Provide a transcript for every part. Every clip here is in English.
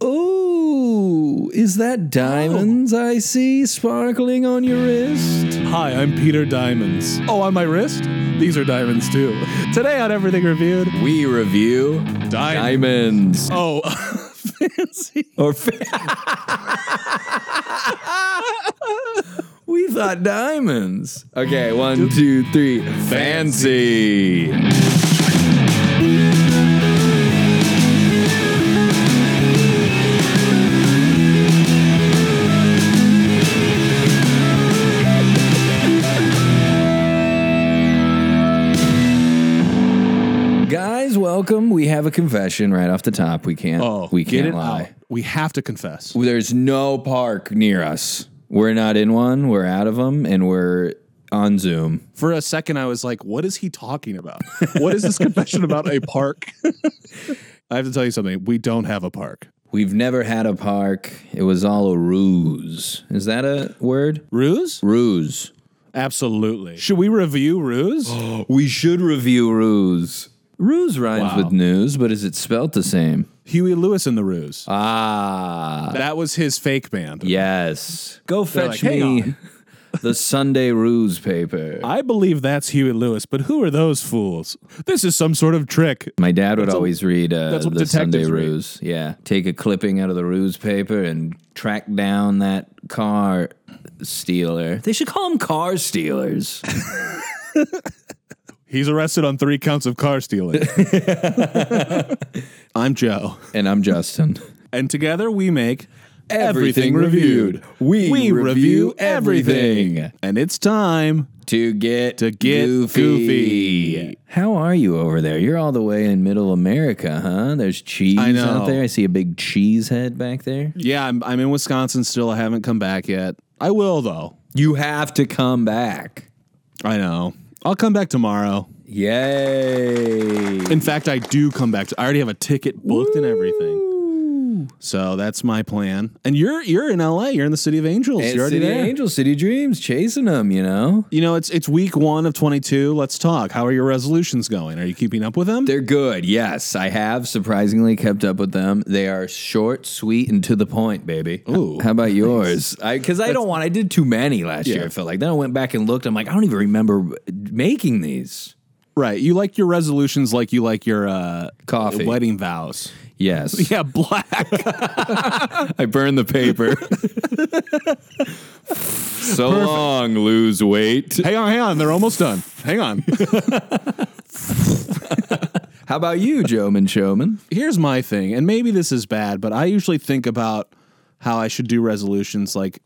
Oh, Is that diamonds I see sparkling on your wrist? Oh. Hi, I'm Peter Diamonds. Oh, on my wrist? These are diamonds too. Today on Everything Reviewed, We review diamonds. Oh, fancy. Or we thought diamonds. Okay, one, two, three. Fancy. Guys, welcome. We have a confession right off the top. We can't. Oh, we get can't it lie. out. We have to confess. There's no park near us. We're not in one. We're out of them, and we're on Zoom. For a second, I was like, what is he talking about? What is this confession about a park? I have to tell you something. We don't have a park. We've never had a park. It was all a ruse. Is that a word? Ruse? Ruse. Absolutely. Should we review Ruse? We should review ruse. Ruse rhymes Wow. with news, but is it spelt the same? Huey Lewis in the Ruse. Uh, Ah, that was his fake band. yes. Go like, fetch "Hang me the Sunday ruse paper. I believe that's Huey Lewis, but who are those fools? This is some sort of trick. My dad would always read uh, that's what the Sunday detectives read. Ruse. Yeah, take a clipping out of the ruse paper and track down that car stealer. They should call them car stealers. He's arrested on three counts of car stealing. I'm Joe. and I'm Justin. And together we make Everything Reviewed. We review everything. And it's time. To get to get goofy. How are you over there? You're all the way in Middle America, huh? There's cheese I know. out there. I see a big cheese head back there. Yeah, I'm, I'm in Wisconsin still. I haven't come back yet. I will, though. You have to come back. I know. I'll come back tomorrow. Yay! In fact, I do come back. To, I already have a ticket booked and everything. So that's my plan. And you're you're in LA. You're in the city of angels. It's you're already City there. Angel, City Dreams, chasing them. You know. You know, it's it's week one of 22. Let's talk. How are your resolutions going? Are you keeping up with them? They're good. Yes, I have surprisingly kept up with them. They are short, sweet, and to the point, baby. Ooh. how about yours? I because I don't want. I did too many last year. I felt like then I went back and looked. I'm like, I don't even remember making these. right. You like your resolutions like you like your uh, Coffee. wedding vows. Yes, Yeah, black. I burned the paper. so long, lose weight. hang on, hang on. They're almost done. Hang on. How about you, Joman Showman? Here's my thing, and maybe this is bad, but I usually think about how I should do resolutions like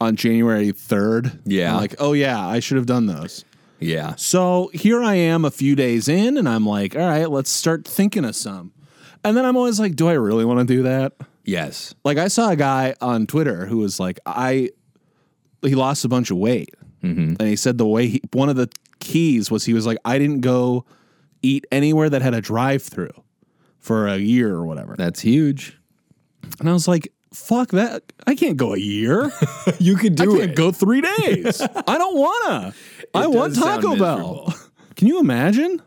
on January 3rd. Yeah. I'm like, oh yeah, I should have done those. Yeah, So here I am a few days in, and I'm like, all right, let's start thinking of some. And then I'm always like, do I really want to do that? yes, Like I saw a guy on Twitter who was like, I he lost a bunch of weight, Mm-hmm. and he said the way he, one of the keys was he was like, I didn't go eat anywhere that had a drive-through for a year or whatever, that's huge. and I was like, fuck that, I can't go a year, You could I do can't go three days, I don't wanna, I want does sound Taco Bell. miserable. Can you imagine?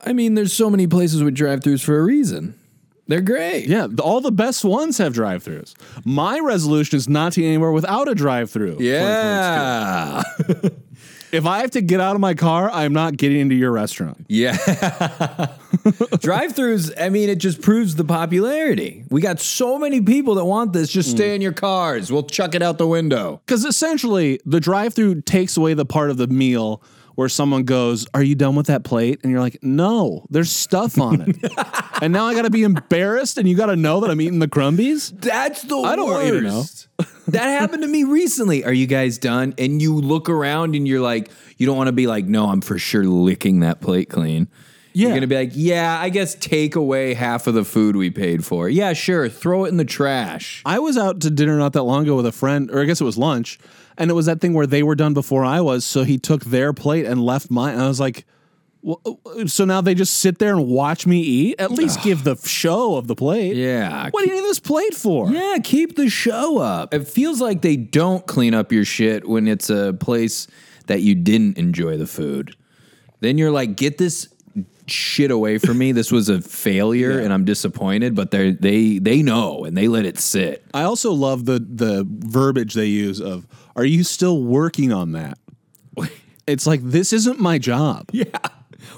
I mean, there's so many places with drive-throughs for a reason. They're great. Yeah, th- all the best ones have drive-throughs. My resolution is not to eat anywhere without a drive-through. Yeah. If I have to get out of my car, I'm not getting into your restaurant. Yeah. Drive throughs, I mean, it just proves the popularity. We got so many people that want this. Just Mm. stay in your cars. We'll chuck it out the window. Because essentially, the drive through takes away the part of the meal where someone goes, Are you done with that plate? And you're like, No, there's stuff on it. and now I got to be embarrassed and you got to know that I'm eating the crumbies? That's the I don't want you to that happened to me recently. Are you guys done? And you look around and you're like, you don't want to be like, no, I'm for sure licking that plate clean. You're Yeah. going to be like, yeah, I guess take away half of the food we paid for. Yeah, sure. Throw it in the trash. I was out to dinner not that long ago with a friend, or I guess it was lunch, and it was that thing where they were done before I was. So he took their plate and left mine. And I was like, "Wha- so now they just sit there and watch me eat? At least give the show of the plate. Yeah. What do you need this plate for? Yeah, keep the show up. It feels like they don't clean up your shit when it's a place that you didn't enjoy the food. Then you're like, get this shit away from me. This was a failure, and I'm disappointed. But they they they know, and they let it sit. I also love the the verbiage they use of "Are you still working on that?" It's like this isn't my job. Yeah.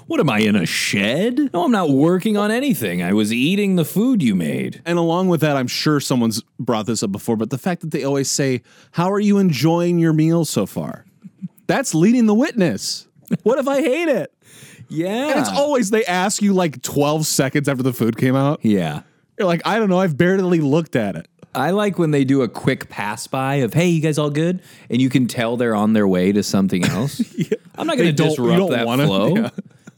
What am I in a shed? No, I'm not working on anything. I was eating the food you made. And along with that, I'm sure someone's brought this up before, but the fact that they always say, "How are you enjoying your meal so far?" That's leading the witness. What if I hate it? Yeah. And it's always they ask you like 12 seconds after the food came out. yeah. You're like, "I don't know, I've barely looked at it." I like when they do a quick pass by of, "Hey, you guys all good?" and you can tell they're on their way to something else. I'm not going to They don't- you disrupt don't that wanna- flow. yeah.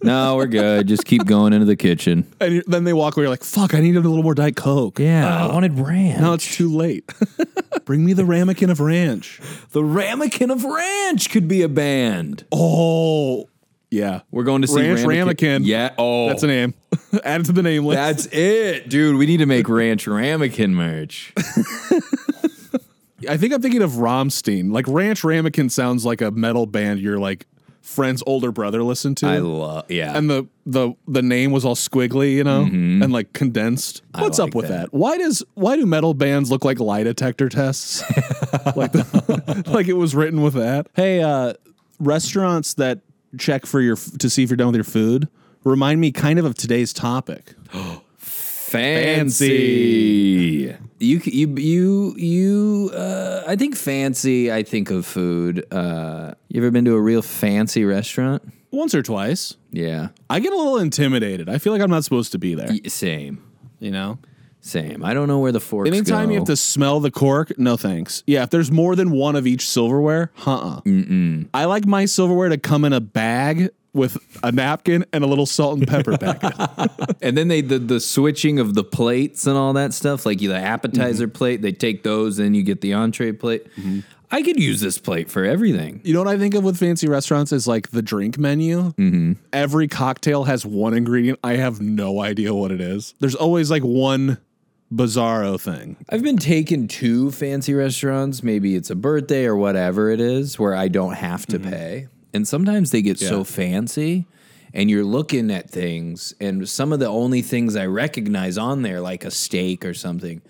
no, we're good. Just keep going into the kitchen. And you- then they walk away you're like, "Fuck, I needed a little more Diet Coke." Yeah, I wanted ranch. Now it's too late. Bring me the ramekin of ranch. the Ramekin of Ranch could be a band. Oh, yeah. We're going to see Ranch Ramekin. Yeah. Oh, That's a name. Add it to the name list. That's it, dude. We need to make Ranch Ramekin merch. I think I'm thinking of Romstein. Like Ranch Ramekin sounds like a metal band your like friend's older brother listened to. I love. Yeah. and the the the name was all squiggly, you know, and like condensed. What's like up with that. Mm-hmm. that. Why does why do metal bands look like lie detector tests? like the, like it was written with that. Hey, uh restaurants that check for your f- to see if you're done with your food remind me kind of of today's topic. Fancy. You c- you you you. Uh, I think fancy. I think of food. Uh, you ever been to a real fancy restaurant? Once or twice. Yeah. I get a little intimidated. I feel like I'm not supposed to be there, Y- Same. you know. Same. I don't know where the forks. Anytime go. you have to smell the cork, no thanks. Yeah, if there's more than one of each silverware, huh? mm I like my silverware to come in a bag with a napkin and a little salt and pepper packet. And then they the, the switching of the plates and all that stuff, like the appetizer plate, they take those, and you get the entree plate. I could use this plate for everything. you know what I think of with fancy restaurants is like the drink menu. Mm-hmm. Every cocktail has one ingredient. I have no idea what it is. There's always like one bizarro thing. I've been taken to fancy restaurants, maybe it's a birthday or whatever it is, where I don't have to pay. And sometimes they get so Mm-hmm. Yeah. fancy and you're looking at things and some of the only things I recognize on there like a steak or something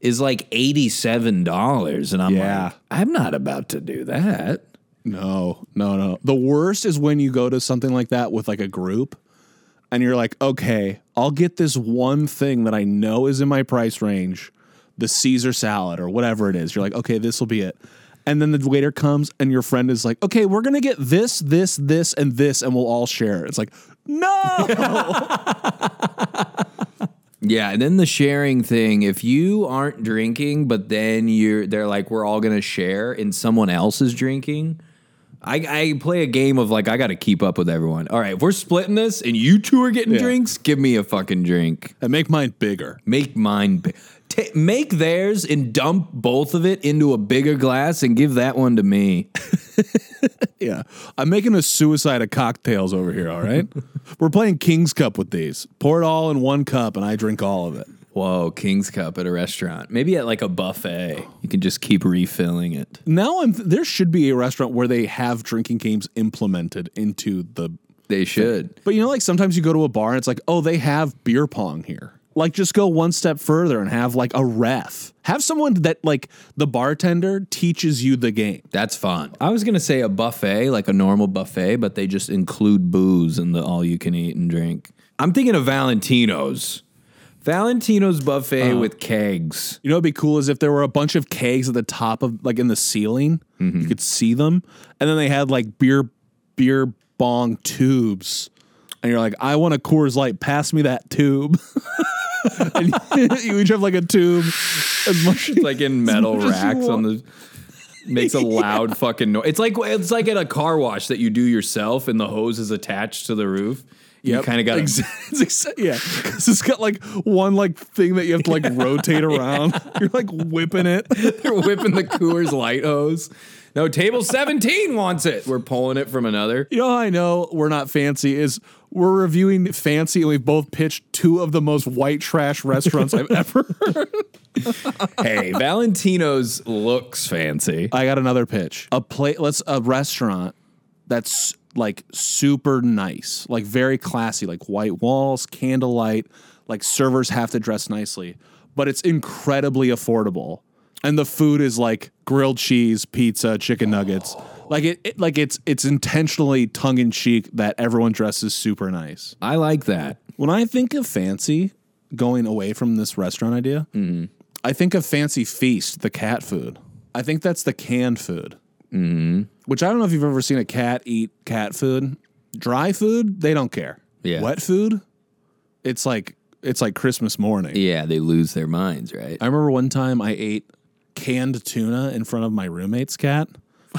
is like $87 and I'm Yeah. like I'm not about to do that. No, Oh, no, no. The worst is when you go to something like that with like a group and you're like, okay, I'll get this one thing that I know is in my price range, the Caesar salad or whatever it is. You're like, okay, this will be it. And then the waiter comes and your friend is like, okay, we're going to get this, this, this, and this, and we'll all share. It's like, no. Yeah, and then the sharing thing, if you aren't drinking, but then you're they're like, we're all gonna share and someone else is drinking. I, I play a game of like I gotta keep up with everyone. All right, if we're splitting this and you two are getting Yeah. drinks, give me a fucking drink. and make mine bigger. Make mine bi- ta- make theirs and dump both of it into a bigger glass and give that one to me. Yeah. I'm making a suicide of cocktails over here, all right? we're playing King's Cup with these. Pour it all in one cup, and I drink all of it. Whoa, King's Cup at a restaurant. Maybe at like a buffet. You can just keep refilling it. Now I'm there should be a restaurant where they have drinking games implemented into the They should. But you know like sometimes you go to a bar and it's like, "Oh, they have beer pong here." Like just go one step further and have like a ref. Have someone that like the bartender teaches you the game. That's fun. I was gonna say a buffet, like a normal buffet, but they just include booze in the all you can eat and drink. I'm thinking of Valentino's. Valentino's buffet with kegs. You know, it'd be cool is if there were a bunch of kegs at the top of like in the ceiling, Mm-hmm. you could see them, and then they had like beer beer bong tubes, and you're like, I want a Coors Light, pass me that tube. and you each have like a tube, as much Like in metal much as you racks on the want. makes a loud fucking noise. It's like it's like at a car wash that you do yourself and the hose is attached to the roof. You Yep. kind of got Ex- it's ex- yeah, 'Cause it's got like one like thing that you have to like rotate around. You're like whipping it. They're whipping the Coors light hose. No, table 17 wants it. We're pulling it from another. You know how I know we're not fancy is we're reviewing fancy and we've both pitched two of the most white trash restaurants I've ever heard. Hey, Valentino's looks fancy. I got another pitch. A plate let's a restaurant that's like super nice, like very classy, like white walls, candlelight, like servers have to dress nicely, but it's incredibly affordable. And the food is like grilled cheese, pizza, chicken nuggets. Like it, it like it's it's intentionally tongue in cheek that everyone dresses super nice. I like that. When I think of fancy going away from this restaurant idea, I think of Fancy Feast, the cat food. I think that's the canned food, mm-hmm. which I don't know if you've ever seen a cat eat cat food. Dry food, they don't care. Yeah. Wet food, it's like it's like Christmas morning. Yeah, they lose their minds, right? I remember one time I ate canned tuna in front of my roommate's cat.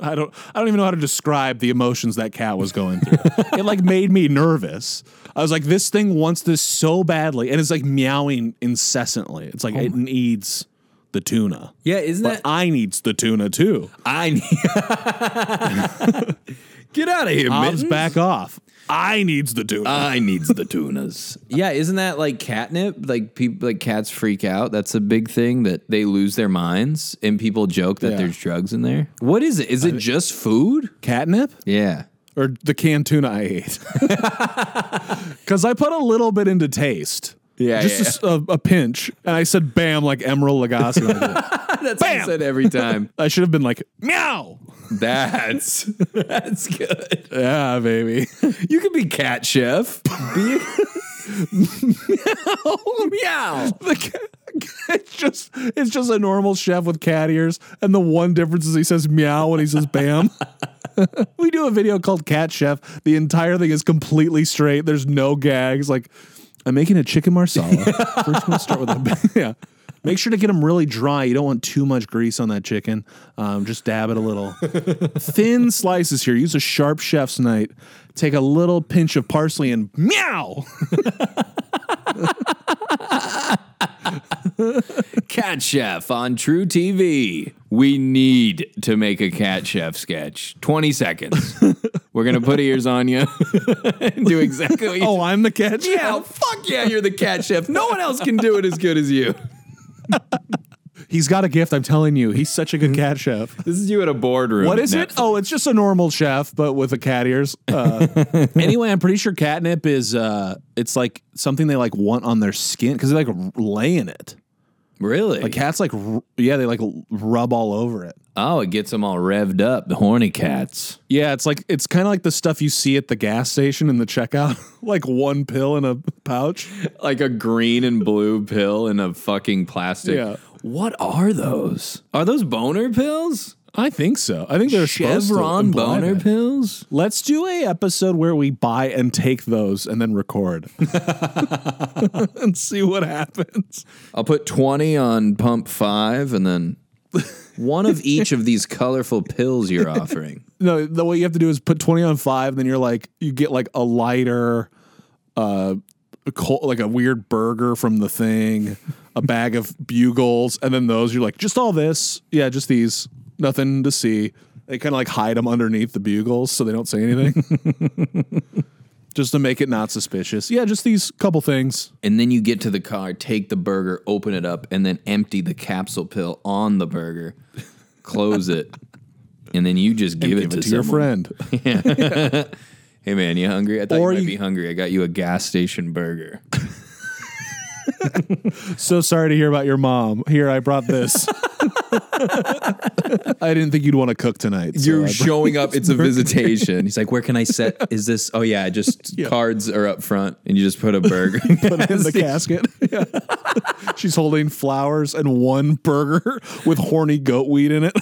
I don't I don't even know how to describe the emotions that cat was going through. it like made me nervous. I was like, this thing wants this so badly, and it's like meowing incessantly. It's like it needs the tuna. Yeah, isn't But I needs the tuna too. I need Get out of here, Bob's Mittens. back off. I needs the tuna. Um, I needs the tunas. yeah, isn't that like catnip? Like people, like cats freak out. That's a big thing that they lose their minds, and people joke that Yeah. there's drugs in there. What is it? Is it just food? Catnip? Yeah. or the canned tuna I ate. Because I put a little bit into taste. Yeah, Just a s- A, a pinch. And I said, bam, like Emerald Lagasse. when I did it. That's what I Bam! said every time. I should have been like, meow. That's that's good. Yeah, baby. You could be cat chef. Be meow, meow. The ca- it's just it's just a normal chef with cat ears. And the one difference is he says meow when he says bam. we do a video called Cat Chef. The entire thing is completely straight. There's no gags. Like, I'm making a chicken marsala. First, we'll start with a yeah. Make sure to get them really dry. You don't want too much grease on that chicken. Um, just dab it a little. Thin slices here. Use a sharp chef's knife. Take a little pinch of parsley and meow. Cat Chef on True TV. We need to make a Cat Chef sketch. 20 seconds. We're going to put ears on you and do exactly what you Oh, I'm the cat chef. Yeah, fuck yeah, you're the Cat Chef. No one else can do it as good as you. He's got a gift, I'm telling you. He's such a Mm-hmm. good cat chef. This is you at a boardroom. What is it? Oh, it's just a normal chef, but with a cat ears. Uh, anyway, I'm pretty sure catnip is uh, it's like something they like want on their skin because they like r- lay in it. Really? Like cats, like r- yeah, they like l- rub all over it. oh, it gets them all revved up, the horny cats. Yeah, it's like it's kind of like the stuff you see at the gas station in the checkout, like one pill in a pouch. Like a green and blue pill in a fucking plastic. Yeah. What are those? Are those boner pills? I think so. I think they're supposed to Chevron imply boner that. pills? Let's do a episode where we buy and take those and then record and see what happens. I'll put 20 on pump five and then one of each of these colorful pills you're offering. No, the what you have to do is put 20 on 5 and then you're like you get like a lighter uh a col- like a weird burger from the thing, a bag of bugles and then those you're like just all this. Yeah, just these. Nothing to see. They kind of like hide them underneath the bugles so they don't say anything. just to make it not suspicious. Yeah, just these couple things. And then you get to the car, take the burger, open it up, and then empty the capsule pill on the burger, close it, and then you just give, it, Give to, it to your someone. friend. Hey man, you hungry? I thought Or you might you- be hungry. I got you a gas station burger. So sorry to hear about your mom. Here, I brought this. I didn't think you'd want to cook tonight. so You're I- showing up. It's a visitation. He's like, "Where can I set? Is this? Oh yeah, just Yeah. cards are up front, and you just put a burger. put it in the casket. Yeah. She's holding flowers and one burger with horny goat weed in it.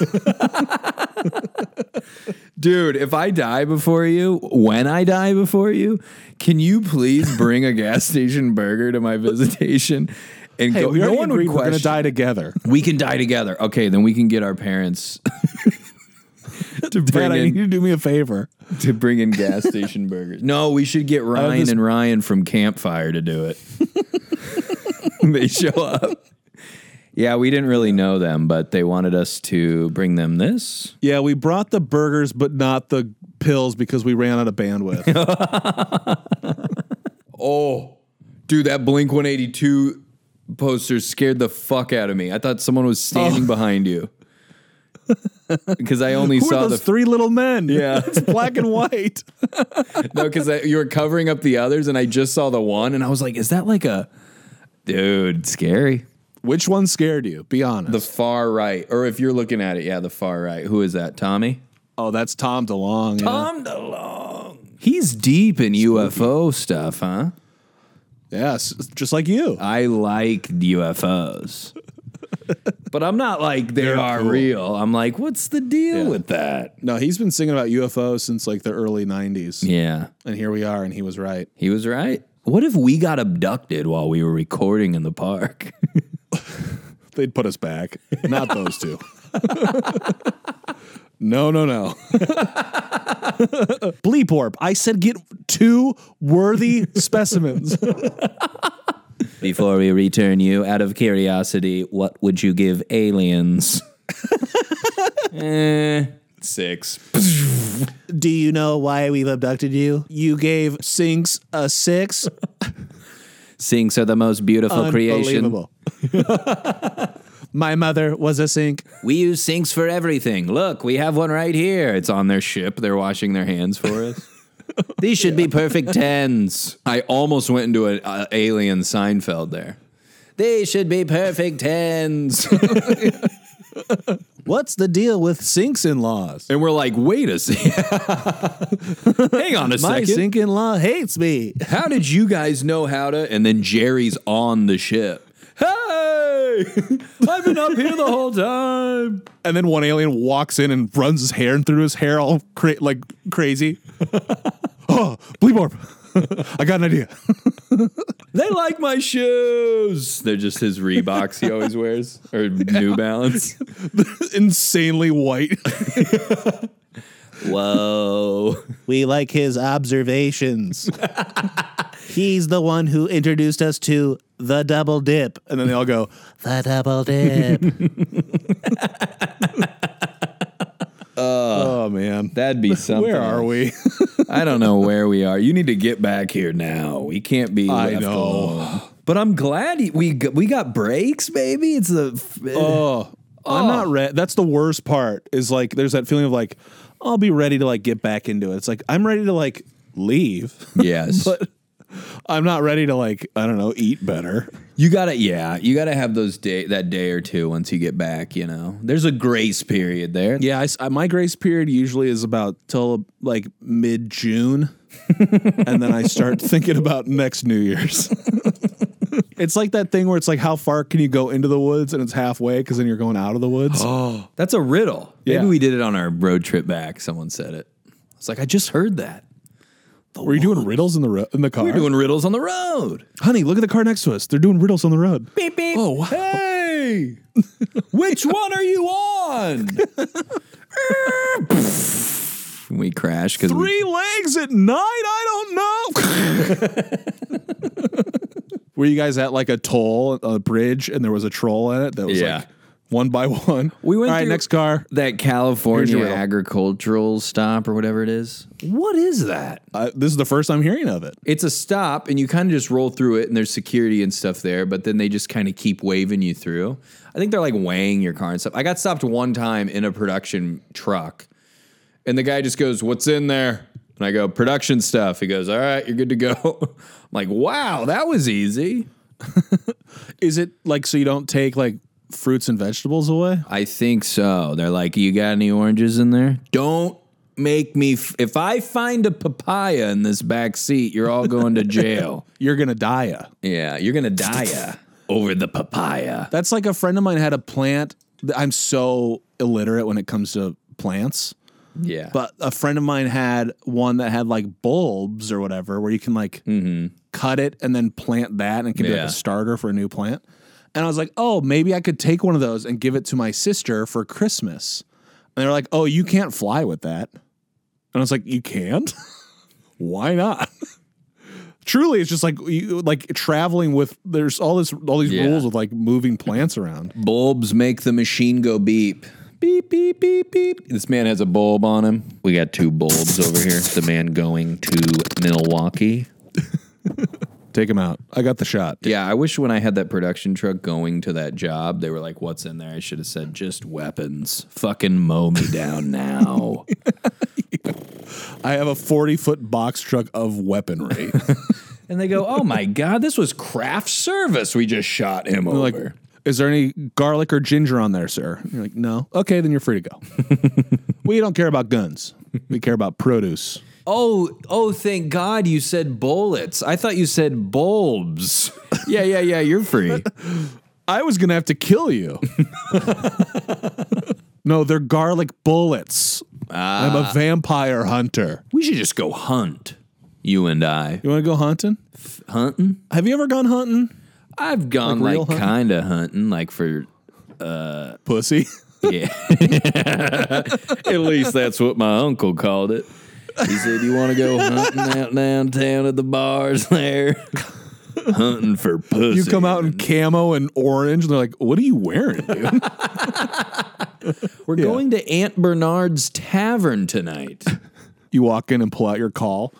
Dude, if I die before you, when I die before you, can you please bring a gas station burger to my visitation? And Hey, go, we no already one would agreed we're question. gonna die together. We can die together. Okay, then we can get our parents to bring Dad, I need in you to do me a favor. to bring in gas station burgers. No, we should get Ryan this- and Ryan from Campfire to do it. they show up. Yeah, we didn't really know them, but they wanted us to bring them this. Yeah, we brought the burgers, but not the pills because we ran out of bandwidth. Oh, dude, that Blink Oh. 182 poster scared the fuck out of me. I thought someone was standing behind you. because I only Who saw are the those three little men? Yeah. it's black and white. no because you were covering up the others, and I just saw the one, and I was like, "Is that like a dude? Scary." Which one scared you? Be honest. The far right, or if you're looking at it, yeah, the far right. Who is that? Tommy. oh, that's Tom DeLong. yeah. Tom DeLong. He's deep in UFO stuff, huh? Yes, just like you. I like UFOs. but I'm not like they They're are cool. real. I'm like, what's the deal Yeah. with that? No, he's been singing about UFOs since like the early 90s. Yeah. And here we are, and he was right. He was right. What if we got abducted while we were recording in the park? They'd put us back. Not those two. no, no, no. Bleeporp. I said get two worthy specimens. Before we return you, out of curiosity, what would you give aliens? eh, six. Do you know why we've abducted you? You gave Sinks a six. Sinks are the most beautiful creation. Unbelievable. My mother was a sink. We use sinks for everything. Look, we have one right here. It's on their ship. They're washing their hands for us. These should be perfect tens. I almost went into an uh, alien Seinfeld there. They should be perfect tens. What's the deal with sinks in laws? and we're like, wait a second. Hang on a My second. sink in law hates me. How did you guys know how to? And then Jerry's on the ship. Hey, I've been up here the whole time. And then one alien walks in and runs his hair and through his hair all cra- like crazy. oh, Bleeborp. I got an idea. They like my shoes. They're just his Reeboks he always wears or New Balance. Insanely white. Whoa. We like his observations. He's the one who introduced us to the double dip. And then they all go, The double dip. oh man. That'd be something. Where are we? I don't know where we are. You need to get back here now. We can't be I left know. alone. But I'm glad he- we g- we got breaks, baby. It's the Uh, Oh, I'm not ready. That's the worst part. Is like there's that feeling of like I'll be ready to like get back into it. It's like I'm ready to like leave. yes. I'm not ready to like I don't know eat better. You gotta, yeah, you gotta have those day that day or two once you get back. You know, there's a grace period there. Yeah, I s I my grace period usually is about till like mid June, and then I start thinking about next New Year's. it's like that thing where it's like how far can you go into the woods and it's halfway because then you're going out of the woods. that's a riddle. Yeah. Maybe we did it on our road trip back. Someone said it. I was like, I just heard that. Were you doing riddles in the ro- in the car? We're doing riddles on the road. Honey, look at the car next to us. They're doing riddles on the road. Beep beep. Oh, wow. hey, which one are you on? we crash because three legs at night? I don't know. Were you guys at like a toll, a bridge, and there was a troll in it that was Yeah. like one by one? We went All right, through- next car. that Here's your California riddle. agricultural stop or whatever it is. What is that? Uh, this is the first I'm hearing of it. it's a stop and you kind of just roll through it and there's security and stuff there but then they just kind of keep waving you through i think they're like weighing your car and stuff i got stopped one time in a production truck and the guy just goes what's in there and i go production stuff he goes all right you're good to go i'm like wow that was easy Is it like so you don't take like fruits and vegetables away? i think so they're like you got any oranges in there don't make me f- if i find a papaya in this back seat you're all going to jail You're gonna die. uh. yeah you're gonna die uh, over the papaya That's like a friend of mine had a plant. I'm so illiterate when it comes to plants. yeah but a friend of mine had one that had like bulbs or whatever where you can like cut it and then plant that and it can be Mm-hmm. Yeah. like a starter for a new plant. And I was like, oh, maybe I could take one of those and give it to my sister for Christmas. And they're like, oh, you can't fly with that. And I was like, you can't? Why not? Truly, it's just like you like traveling with. There's all this, all these Yeah. rules with like moving plants around. Bulbs make the machine go beep. Beep, beep, beep, beep. This man has a bulb on him. We got two bulbs over here. The man going to Milwaukee. Take him out. I got the shot. Yeah, I wish when I had that production truck going to that job, they were like, "What's in there?" I should have said, "Just weapons." Fucking mow me down now. I have a 40 foot box truck of weaponry. and they go, "Oh my god, this was craft service. We just shot him over." like, is there any garlic or ginger on there, sir? And you're like, no. Okay, then you're free to go. we don't care about guns. We care about produce. oh, oh, thank God you said bullets. I thought you said bulbs. yeah, yeah, yeah. You're free. I was gonna have to kill you. no, they're garlic bullets. I'm a vampire hunter. we should just go hunt. You and I You want to go hunting? hunting. Have you ever gone hunting, I've gone like, real hunting? kind of hunting, like for pussy? Yeah. at least that's what my uncle called it. He said, You want to go hunting out downtown at the bars there? hunting for pussy. You come out in camo and orange, and they're like, "What are you wearing, dude?" We're going to Aunt Bernard's Tavern tonight. you walk in and pull out your call.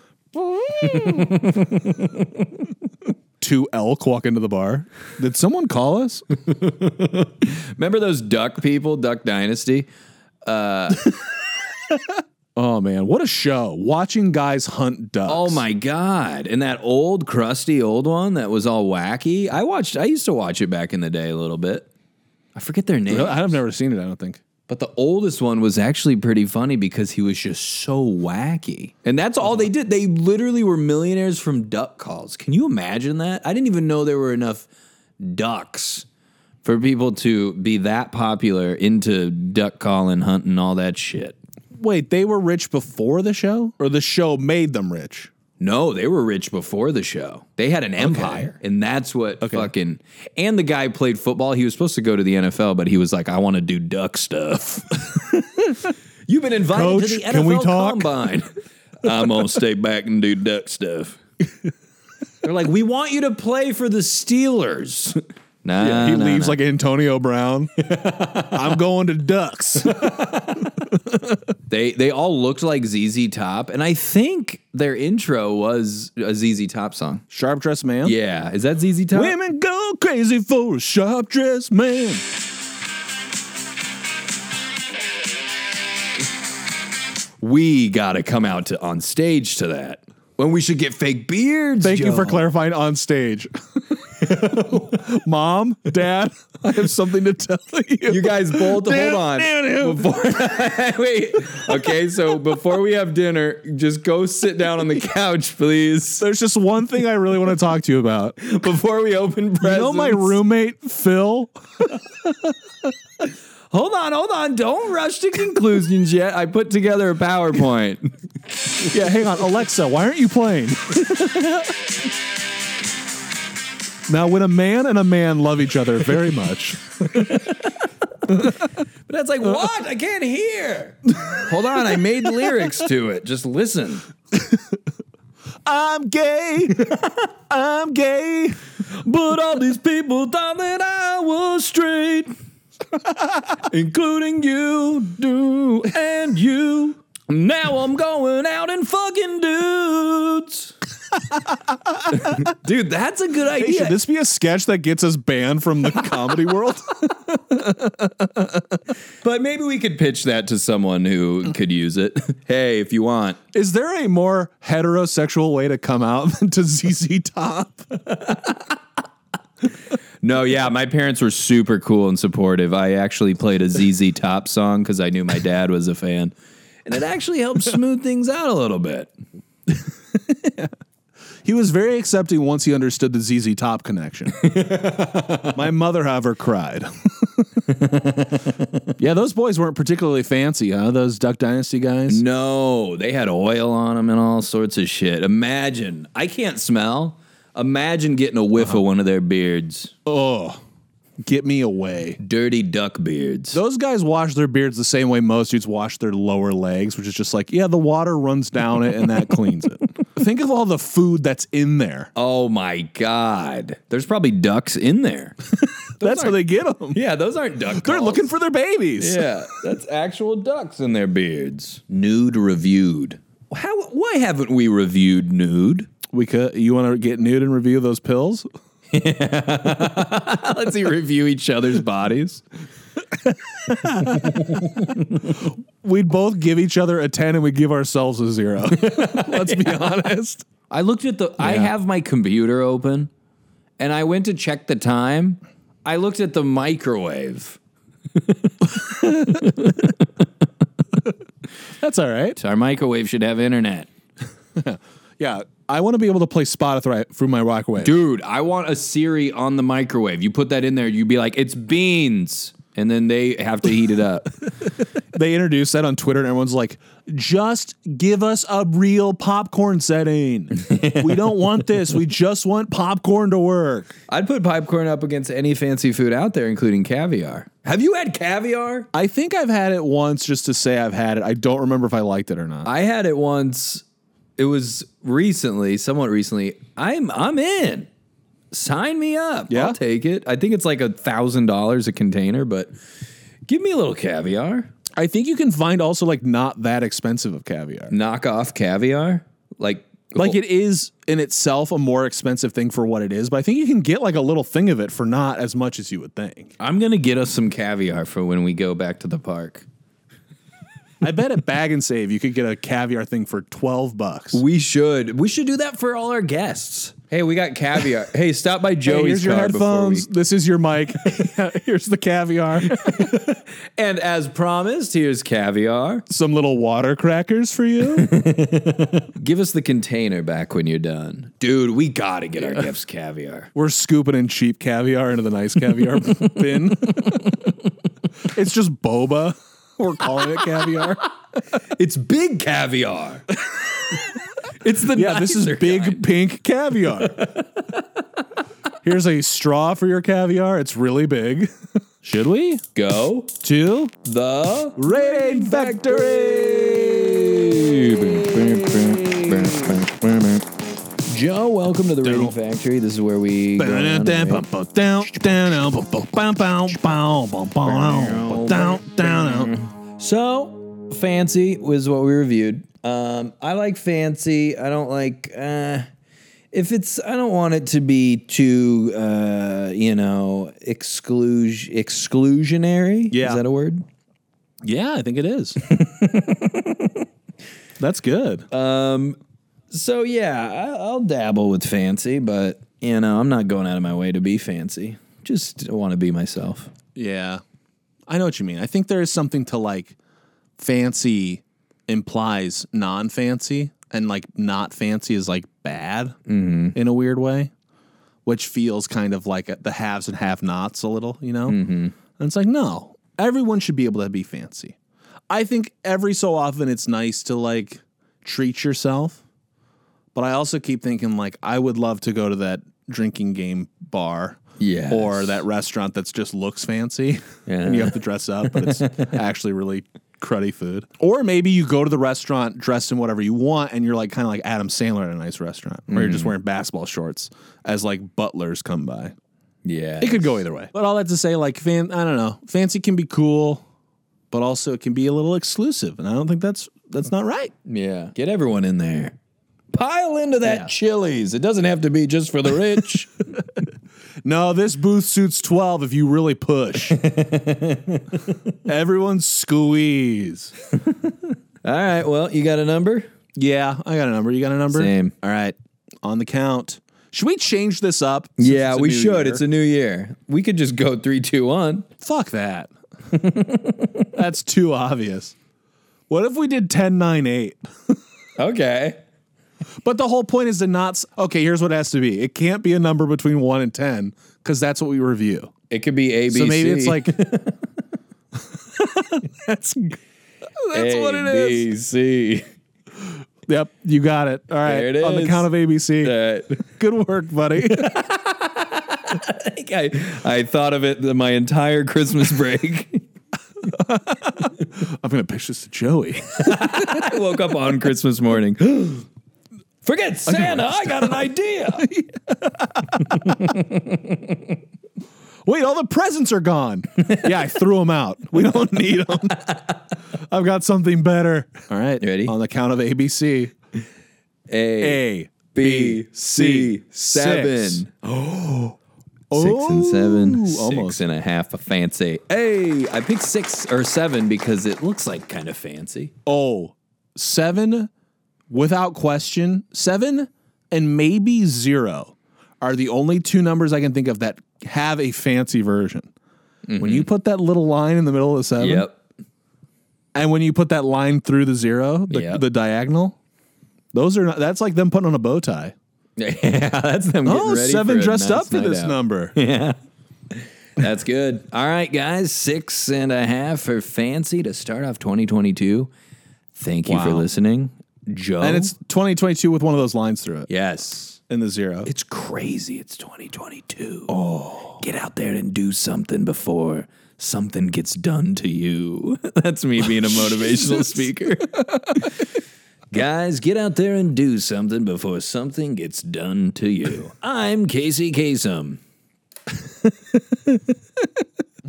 Two elk walk into the bar. Did someone call us? Remember those duck people, Duck Dynasty? Oh man, what a show! Watching guys hunt ducks. Oh my God. And that old, crusty old one that was all wacky. I watched, I used to watch it back in the day a little bit. I forget their name. I've never seen it. I don't think. But the oldest one was actually pretty funny because he was just so wacky. And that's all they did. They literally were millionaires from duck calls. Can you imagine that? I didn't even know there were enough ducks for people to be that popular into duck calling, hunting, all that shit. Wait, they were rich before the show, or the show made them rich? No, they were rich before the show. They had an empire, and that's what fucking. And the guy played football. He was supposed to go to the NFL, but he was like, "I want to do duck stuff." You've been invited to Coach, the NFL can we talk? combine. I'm gonna stay back and do duck stuff. They're like, "We want you to play for the Steelers." Nah, he nah, leaves nah. like Antonio Brown. I'm going to ducks. They they all looked like ZZ Top, and I think their intro was a ZZ Top song. Sharp dressed man. Yeah, is that ZZ Top? Women go crazy for a sharp dressed man. we gotta come out to on stage to that. When we should get fake beards. Thank you Joe. for clarifying on stage. Mom, Dad, I have something to tell you. You guys both hold Damn, on. damn, damn. Before wait, okay. So before we have dinner, just go sit down on the couch, please. There's just one thing I really want to talk to you about. You Before we open presents. know my roommate Phil. Hold on, hold on. Don't rush to conclusions yet. I put together a PowerPoint. Yeah, hang on, Alexa, why aren't you playing? now, when a man and a man love each other very much, But that's like what? I can't hear. Hold on, I made lyrics to it. Just listen. I'm gay. I'm gay. But all these people thought that I was straight, including you, do, and you. Now I'm going out and fucking dudes. Dude, that's a good Hey, idea. Should this be a sketch that gets us banned from the comedy world? but maybe we could pitch that to someone who could use it. hey, if you want. Is there a more heterosexual way to come out than to ZZ Top? No, yeah, my parents were super cool and supportive. I actually played a ZZ Top song because I knew my dad was a fan. And it actually helped smooth things out a little bit. He was very accepting once he understood the ZZ Top connection. My mother, however, cried. yeah, those boys weren't particularly fancy, huh? Those Duck Dynasty guys. No, they had oil on them and all sorts of shit. Imagine, I can't smell. Imagine getting a whiff of one of their beards, Oh, get me away. dirty duck beards. Those guys wash their beards the same way most dudes wash their lower legs, which is just like, yeah, the water runs down it and that cleans it. Think of all the food that's in there. Oh my god, there's probably ducks in there. that's how they get them. yeah, those aren't duck. They're looking for their babies. Yeah, that's actual ducks in their beards. Nude reviewed. How? Why haven't we reviewed nude? We could. You want to get nude and review those pills? Let's see, review each other's bodies. We'd both give each other a ten, and we give ourselves a zero. Let's be honest. I looked at the. I Yeah. have my computer open, and I went to check the time. I looked at the microwave. That's all right. So our microwave should have internet. Yeah, I want to be able to play Spotify through my Rockwave. Dude, I want a Siri on the microwave. You put that in there, you'd be like, it's beans. And then they have to heat it up. They introduced that on Twitter, and everyone's like, "Just give us a real popcorn setting. we don't want this. We just want popcorn to work." I'd put popcorn up against any fancy food out there, including caviar. Have you had caviar? I think I've had it once just to say I've had it. I don't remember if I liked it or not. I had it once. It was recently, somewhat recently. I'm I'm in. Sign me up. Yeah? I'll take it. I think it's like a thousand dollars a container, but give me a little caviar. I think you can find also like not that expensive of caviar. Knock off caviar. Like Like it is in itself a more expensive thing for what it is, but I think you can get like a little thing of it for not as much as you would think. I'm gonna get us some caviar for when we go back to the park. I bet at Bag and Save you could get a caviar thing for 12 bucks. We should. We should do that for all our guests. Hey, we got caviar. hey, stop by Hey, Joey's here's your car before we- headphones. This is your mic. here's the caviar. And as promised, here's caviar. Some little water crackers for you. Give us the container back when you're done. Dude, we gotta get our gifts caviar. We're scooping in cheap caviar into the nice caviar bin. it's just boba. We're calling it caviar. It's big caviar. it's the Yeah, this is nicer big kind. pink caviar. Here's a straw for your caviar. It's really big. Should we? Go To the Rating Joe. Welcome to the Rating Factory. This is where we. go around and rate. So fancy was what we reviewed. Um, I like fancy. I don't like uh, if it's. I don't want it to be too, uh, you know, exclusion exclusionary. Yeah. is that a word? Yeah, I think it is. That's good. So yeah, I, I'll dabble with fancy, but you know, I'm not going out of my way to be fancy. Just want to be myself. Yeah. I know what you mean. I think there is something to like fancy implies non fancy and like not fancy is like bad in a weird way, which feels kind of like the haves and have nots a little, you know? And it's like, no, everyone should be able to be fancy. I think every so often it's nice to like treat yourself. But I also keep thinking like I would love to go to that drinking game bar Yes. or that restaurant that's just looks fancy and you have to dress up, but it's actually really cruddy food. Or maybe you go to the restaurant dressed in whatever you want and you're like kind of like Adam Sandler at a nice restaurant where you're just wearing basketball shorts as like butlers come by. Yeah, It could go either way. But all that to say, like, fan, I don't know, fancy can be cool, but also it can be a little exclusive. And I don't think that's that's not right. Yeah. Get everyone in there. Pile into that Chili's. It doesn't have to be just for the rich. No, this booth suits 12 if you really push. Everyone squeeze. All right. Well, you got a number? Yeah, I got a number. You got a number? Same. All right. On the count. Should we change this up? since Yeah, it's a we new should. year? It's a new year. We could just go three, two, one. Fuck that. That's too obvious. What if we did 10 9 8? Okay. But the whole point is to not s- Okay, here's what it has to be. It can't be a number between 1 and 10 cuz that's what we review. It could be A B. So maybe it's like That's That's what it is. B C. Yep, you got it. All right. There it On the is. count of ABC. All right. Good work, buddy. I think I, I thought of it the, my entire Christmas break. I'm going to pitch this to Joey. I woke up on Christmas morning. Forget Santa. I got an idea. Wait, all the presents are gone. yeah, I threw them out. We don't need them. I've got something better. All right. You ready? On the count of ABC. A A, B C seven. Six. Six and Ooh, seven, six almost. and a half a fancy. Hey, I picked six or seven because it looks like kind of fancy. Oh, seven, without question, seven and maybe zero are the only two numbers I can think of that have a fancy version. When you put that little line in the middle of the seven, Mm-hmm. Yep. and when you put that line through the zero, the, Yep. the diagonal, those are not, that's like them putting on a bow tie. Yeah, that's them getting Oh, ready seven for a dressed nice up for night this out. number. That's good. All right, guys, six and a half for fancy to start off 2022. Thank you for Wow. listening, Joe. And it's 2022 with one of those lines through it yes, in the zero. it's crazy. It's 2022. Oh, get out there and do something before something gets done to you. That's me being a motivational speaker. Guys, get out there and do something before something gets done to you. I'm Casey Kasem.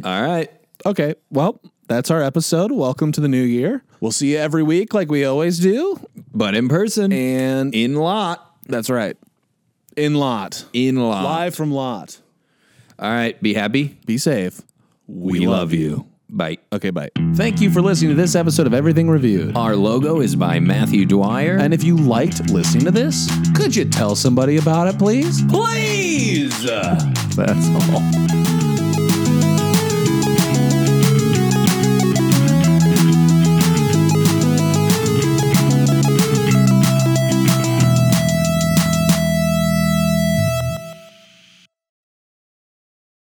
All right. Okay. Well, that's our episode. Welcome to the new year. We'll see you every week like we always do. But in person. And in lot. that's right. In lot. In lot. Live from lot. All right. Be happy. Be safe. We, love you. Bye. Okay, bye. Thank you for listening to this episode of Everything Reviewed. Our logo is by Matthew Dwyer. And if you liked listening to this, could you tell somebody about it, please? please. That's all.